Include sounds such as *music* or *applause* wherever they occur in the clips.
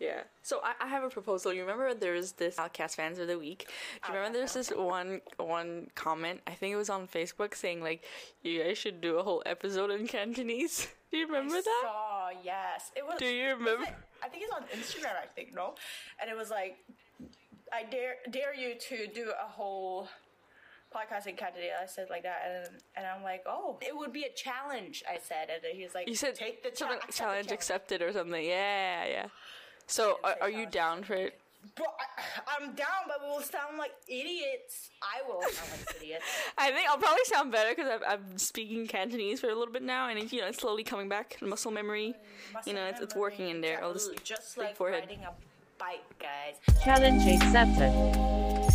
Yeah. So I, I have a proposal. You remember there's this Outcast fans of the week. Do Oh, you remember there's this one one comment? I think it was on Facebook saying like, you guys should do a whole episode in Cantonese. *laughs* Do you remember that? Saw, yes. It was. Do you was remember? it- *laughs* I think it's on Instagram. I think no, and it was like, I dare dare you to do a whole podcast in Cantonese. I said like that, and and I'm like, oh, it would be a challenge. I said, and then he was like, You said take the cha- something- accept the challenge accepted or something. Yeah, yeah. So are, say are you challenge down for it? Bro, I, I'm down, but we will sound like idiots. I will sound *laughs* like idiots. I think I'll probably sound better because I've, I've speaking Cantonese for a little bit now, and it, you know it's slowly coming back. Muscle memory, you know, it's, it's working in there. I'll just Absolutely, just big like forehead. riding a bike, guys. Challenge accepted.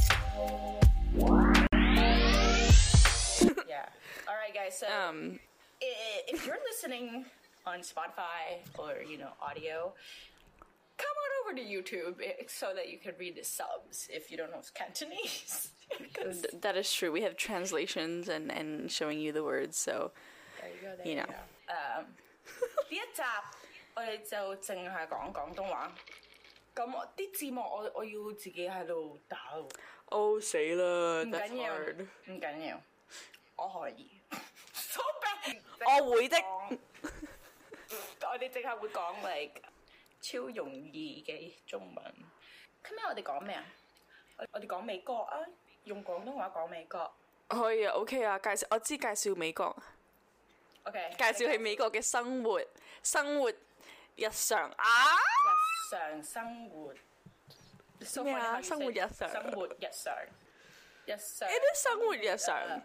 *laughs* Yeah. All right, guys. So. um i- if you're listening on Spotify or you know audio, come on over to YouTube eh, so that you can read the subs if you don't know Cantonese. *laughs* 'Cause- th- that is true. We have translations and and showing you the words. So there you go. There you know. Um, *laughs* 呢一集我哋就淨係講廣東話。咁我啲字幕我我要自己喺度打喎， oh sailor, 唔 that's 緊要， hard. 唔緊要，我可以。So bad，我會的 *laughs* 我哋淨係會講 like 超容易嘅中文。今日我哋講咩啊？我我哋講美國啊，用廣東話講美國。可以啊，OK à, 啊，介紹我知介紹美國， OK，介紹喺美國嘅生活，生活日常啊。日常生活。So 咩啊 funny how you say 生活日常生活日常，日常。呢啲生活日常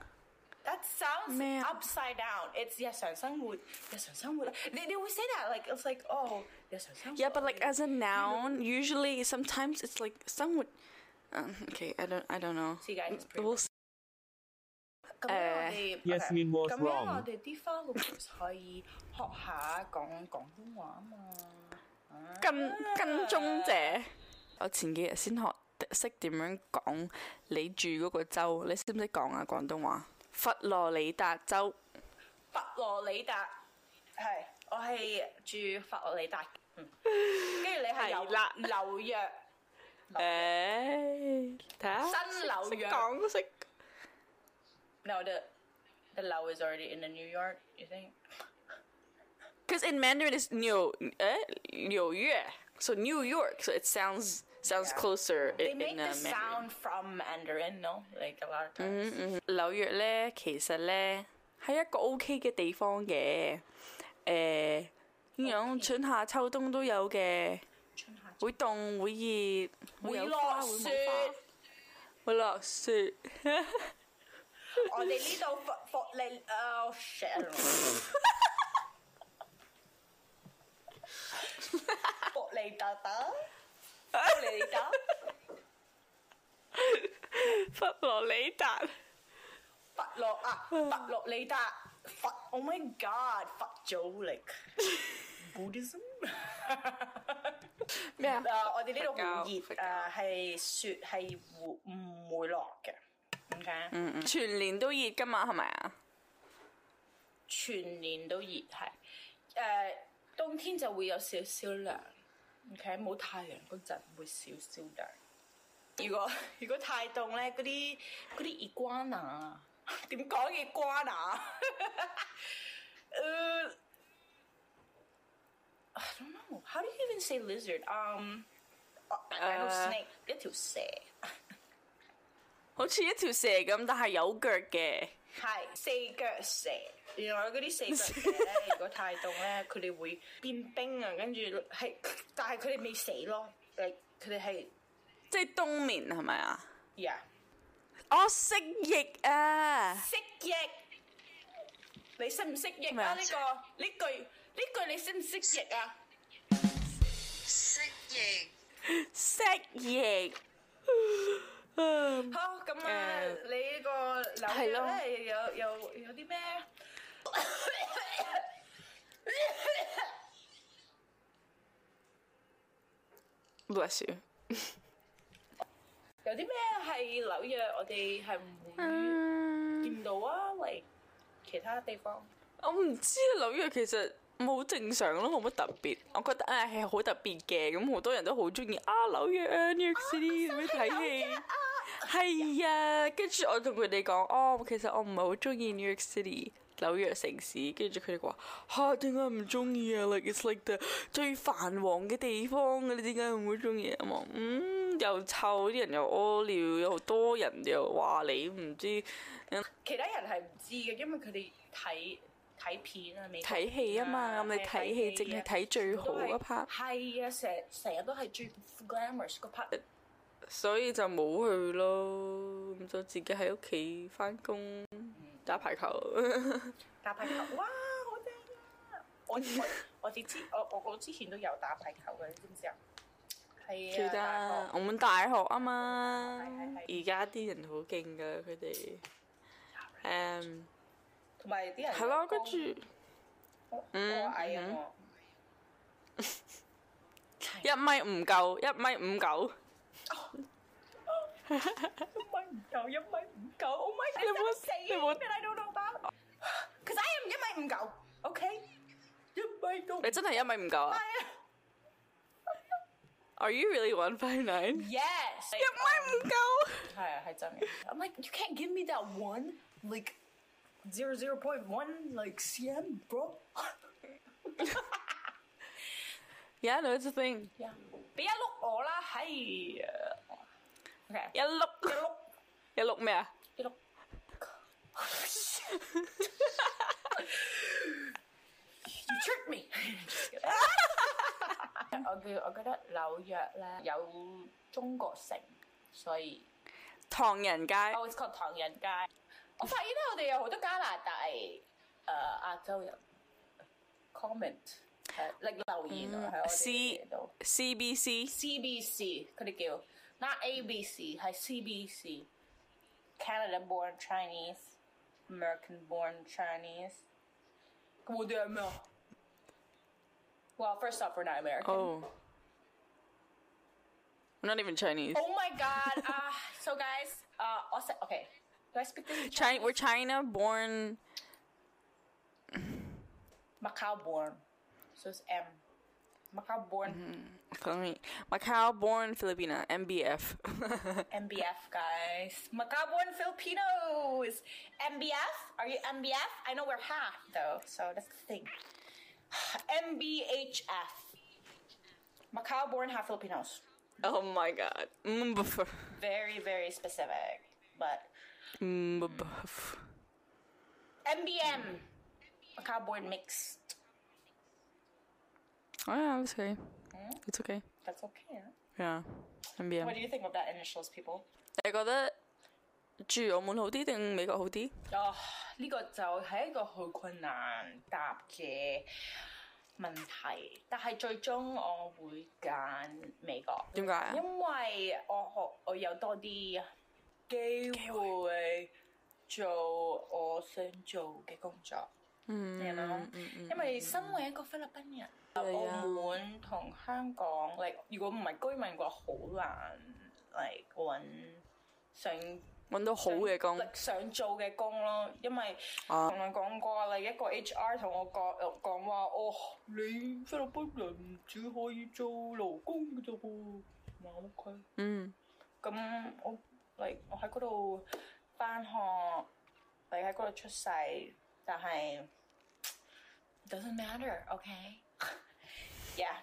That sounds 咩啊 upside down. It's 日常生活，日常生活。They they will say that like it's like oh 日常生活。 ，yeah，but like as a noun, usually sometimes it's like 生活。Um, okay, I don't, I don't know. See, guys, it's pretty We'll see. 咁樣我哋 Yasmin was 咁樣 wrong. 我哋啲 *laughs* followers 可以學下講廣東話啊嘛。跟跟蹤者，我前幾日先學識點樣講你住嗰個州，你識唔識講啊廣東話？佛羅里達州，佛羅里達係，我係住佛羅里達，嗯跟住你係係啦紐紐約，誒、睇下新紐約識講識。 No, the the Lao is already in the New York. You think? Because in Mandarin is 纽誒纽約，so New York, so it sounds sounds closer They in, make in uh, the Mandarin. sound from Mandarin, no? Like a lot of times. 紐約咧，其實咧係一個 OK 嘅地方嘅，誒、Eh, 咁樣春夏秋冬都有嘅，春夏會凍會熱，會會有落花會雪冇，花，會落雪。我哋呢度佛佛你 oh shit！I *laughs* don't know. 佛利達達，佛利達， *laughs* 佛羅里達，佛洛啊，佛洛里達，佛 Oh my God，佛祖力 Buddhism。咩啊誒、我哋呢度好熱，誒佛教係、雪係會唔會落嘅？OK，、全年都熱噶嘛，係咪啊？全年都熱係，誒、冬天就會有少少涼，OK，冇太陽嗰陣會少少涼。如果 *laughs* 如果太凍咧，嗰啲嗰啲 iguana 啊 *laughs* 點講 iguana？啊 *laughs* 呃 I don't know. How do you even say lizard? Um, I know 誒 snake 一條蛇好似一條蛇咁，但係有腳嘅。係四腳蛇。原來嗰啲四腳蛇咧，如果太凍咧，佢哋會變冰啊，跟住係，但係佢哋未死咯，誒，佢哋係即係冬眠係咪啊？呀我蜥蜴啊！蜥蜴。你識唔識譯啊？呢咩個呢句呢句你識唔識譯啊？蜥蜴，好咁啊！誒你呢個係咯紐約咧有有有啲咩？ bless you。有啲咩係紐約我哋係唔會嗯見到啊？嚟其他地方我唔知啊，紐約其實好正常咯，冇乜特別。我覺得啊係好特別嘅，咁好多人都好中意啊紐約啊 New York City 咁樣睇戲。係啊，跟住我同佢哋講，哦，其實我唔係好中意 New York City 紐約城市，跟住佢哋話嚇點解唔中意啊？Like it's like the 最繁忙嘅地方啊，你點解唔會中意啊？我話嗯又臭，啲人又屙尿，又多人又話你唔知其他人係唔知嘅，因為佢哋睇睇片啊，美國睇戲啊嘛，咁片你睇戲淨係睇最好嗰 part。啊係啊，成成日都係最 glamorous 嗰 part。所以就冇去咯，咁就自己喺屋企翻工打排 *laughs* 球。打排球，哇，好正啊！ *laughs* 我我我哋之我我我之前都有打排球嘅，你知唔知啊？記係得啊，大學我們大學啊嘛，係係而家啲人好勁噶，佢哋誒同埋啲人係咯，有跟高住我我嗯矮啊嗯我，一米唔夠，一米五 *laughs* 九，一米唔夠，一米唔夠，Oh my god！你冇死你冇，I don't know about。Cause I am 一米唔夠，OK？一米都唔你真係一米唔夠啊？Are you really one five nine？一米 Yes，唔夠，係啊，係真嘅。I'm like you can't give me that one like zero zero point one like cm bro。 yeah that's the thing，呀，俾一碌我啦，係啊。OK，一碌一碌一碌咩啊？一碌。You tricked me 我覺我覺得紐約咧有中國城，所以。唐人街 Oh, it's called 唐人街。我發現咧，我哋有好多加拿大誒、呃、亞洲人 comment 誒、like 留言啊喺我哋嘅嘢度。 CBC CBC 佢哋叫 not ABC 係 CBC Canada born Chinese American born Chinese。咁我哋係咩啊？Well, first off, we're not American. oh I'm not even Chinese。 Oh my god! Ah, so guys, uh, I'll say okay. Do I speak this? in China, we're China born. Macau born. So it's M. Macau born Call me Macau born Filipina MBF. MBF guys. Macau born Filipinos. MBF? Are you MBF? I know we're half though, so that's the thing. *sighs* MBHF. Macau born half Filipinos. *laughs* oh my god. MBF. Very, very specific. But MBF. MBM. Macau born mixed. Oh yeah, it's okay. It's okay. That's okay. huh? Yeah. MBF. What do you think of that initials, people? 你覺得住澳門好啲定美國好啲？哦，呢、個就係一個好困難答嘅問題，但係最終我會揀美國，點解啊因為我學我有多啲機會做我想做嘅工作，嗯，明唔明？因為身為一個菲律賓人，係啊澳門同香港，你如果唔係居民嘅話，好難嚟揾想。揾到好嘅工力，想做嘅工咯，因為啊同佢講過，另一個 HR 同我講講話，哦，你菲律賓人只可以做勞工嘅啫噃，嗱 OK，嗯，咁我嚟我喺嗰度翻學，你喺嗰度出世，但係 doesn't *laughs* matter，OK，yeah、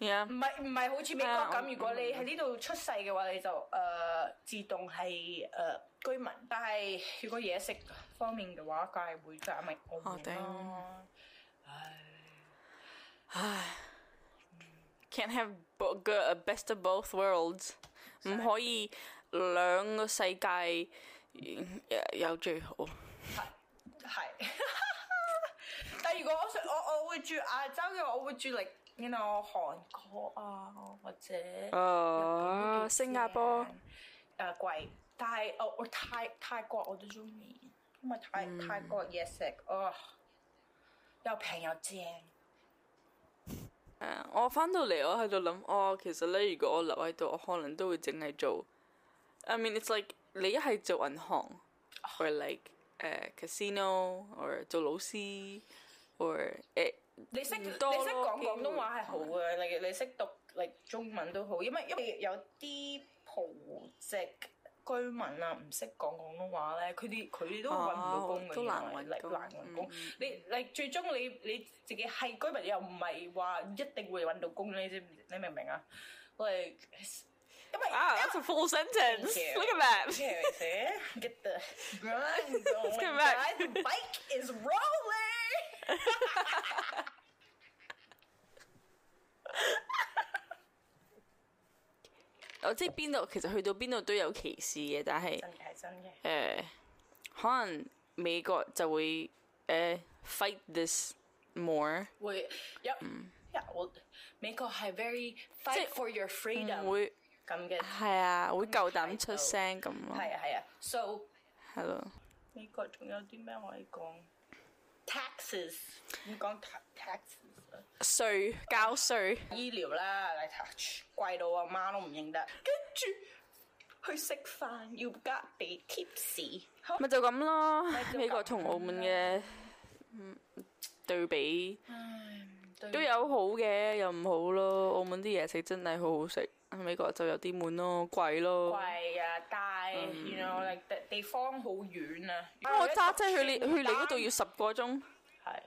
yeah，唔係唔係好似美國啊我咁，如果你喺呢度出世嘅話，你就誒、呃自動係誒、呃居民。但係如果嘢食方面嘅話，梗係會揀咪澳門啦。哦 can't have bo- good- uh, best of both worlds，唔可以兩個世界呃有最好。係。 *laughs* 但係如果我想我我會住亞洲嘅話，我會住嚟你 you know 韓國啊，或者啊日本都幾哦新加坡正誒呃貴，但係我我泰泰國我都中意，因為泰、嗯泰國嘢食哦又平又正。誒我翻到嚟，我喺度諗，哦，其實咧，如果我留喺度，我可能都會淨係做。I mean, it's like 你一係做銀行，or eh, like 誒、casino，or 做老師，or 誒、你識你識多咯講廣東話係機好嘅，你你識讀你中文都好，因為因為有啲葡籍居民啊，唔識講廣東話咧，佢哋佢哋都揾唔到工嘅，都難原揾來工難揾工嗯嗯。你你最終你你自己係居民，又唔係話一定會揾到工，你知唔知你明唔明啊？我係因 Wow, 為 À, that's a full sentence. Ah. Thank you. Look at that. Okay, wait, see? Get *laughs* the grind going, come back. guys. The bike is rolling. 我即係邊度，其實去到邊度都有歧視嘅，但係誒、真嘅係真嘅。呃可能美國就會誒、呃 fight this more，會有 Mm. 呀，我美國係 very 即 fight 係 for your 唔 freedom 會咁嘅，係啊，會夠膽出聲咁咯，係啊係啊。So 係咯。美國仲有啲咩可以講？Taxes，唔講 ta- taxes 啊。税交税，醫療啦，你睇貴到阿媽都唔認得，跟住去食飯要加俾 tips，好咪就咁咯就。咁美國同澳門嘅嗯對比嗯都有好嘅，又唔好咯。澳門啲嘢食真係好好食，美國就有啲悶咯，貴咯。貴啊，但係 Mm. 原來我哋地方好遠啊，咁我揸 Oh, 車去你去你嗰度要十個鐘。係。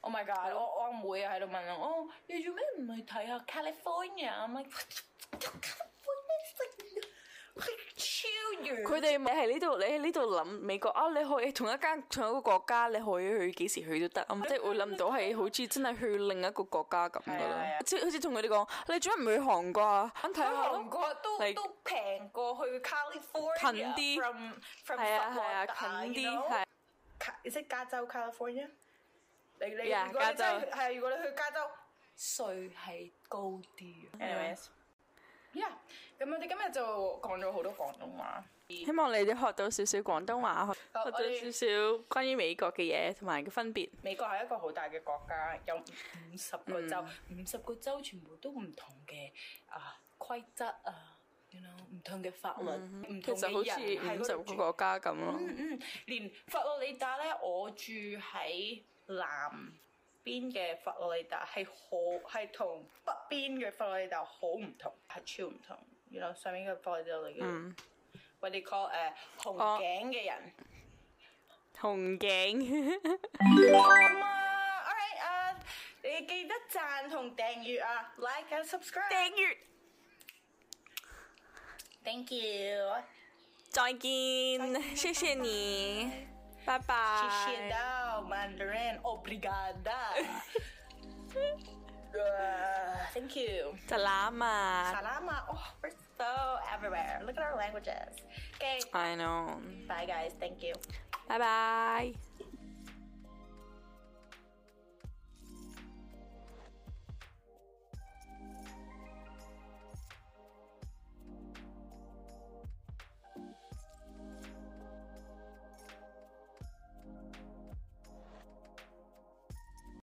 Oh my god！我我阿妹啊喺度問我，哦，你做咩唔去睇下 California 啊？I'm like California 超遠。佢哋咪喺呢度，你喺呢度諗美國啊，你可以同一間同一個國家，你可以去幾時去都得啊，即係會諗到係好似真係去另一個國家咁噶係啊係啦啊。即係好似同佢哋講，你做咩唔去韓國啊？咁睇下韓咯，國都 Like- 都平過去 California 近啲 from from 係啊佛係羅啊，達近 you 啲 know？係。 Ca- Is it 加州 California？你你 Yeah，如果你加真州係係啊如果你去加州，稅係高啲。Anyways，yeah，咁我哋今日就講咗好多廣東話。希望你哋學到少少廣東話，學我學到我哋少少關於美國嘅嘢同埋嘅分別。美國係一個好大嘅國家，有五十嗯個州，五十、個州全部都唔同嘅啊規則啊，you know，唔同嘅法律，唔、嗯其同實好嘅人似喺五十嗰個度住。國家咁咯，嗯嗯，連佛羅里達咧，我住喺南邊嘅佛羅里達係好係同北邊嘅佛羅里達好唔同，係超唔同。you know 上面嘅佛羅里達嚟嘅、what do you call 誒、紅嗯哦頸嘅人。紅頸。咁啊，all right uh, 啊，你記得贊同訂閱啊，like uh, 啊，subscribe。訂閱， Thank you，再見，謝謝你，拜拜。謝謝到 *laughs* Mandarin，obrigada。Uh, Thank you。就攬啊 Salama. Oh, we're so everywhere. Look at our languages. Okay. ！I know， Bye, guys. Thank you. 拜拜。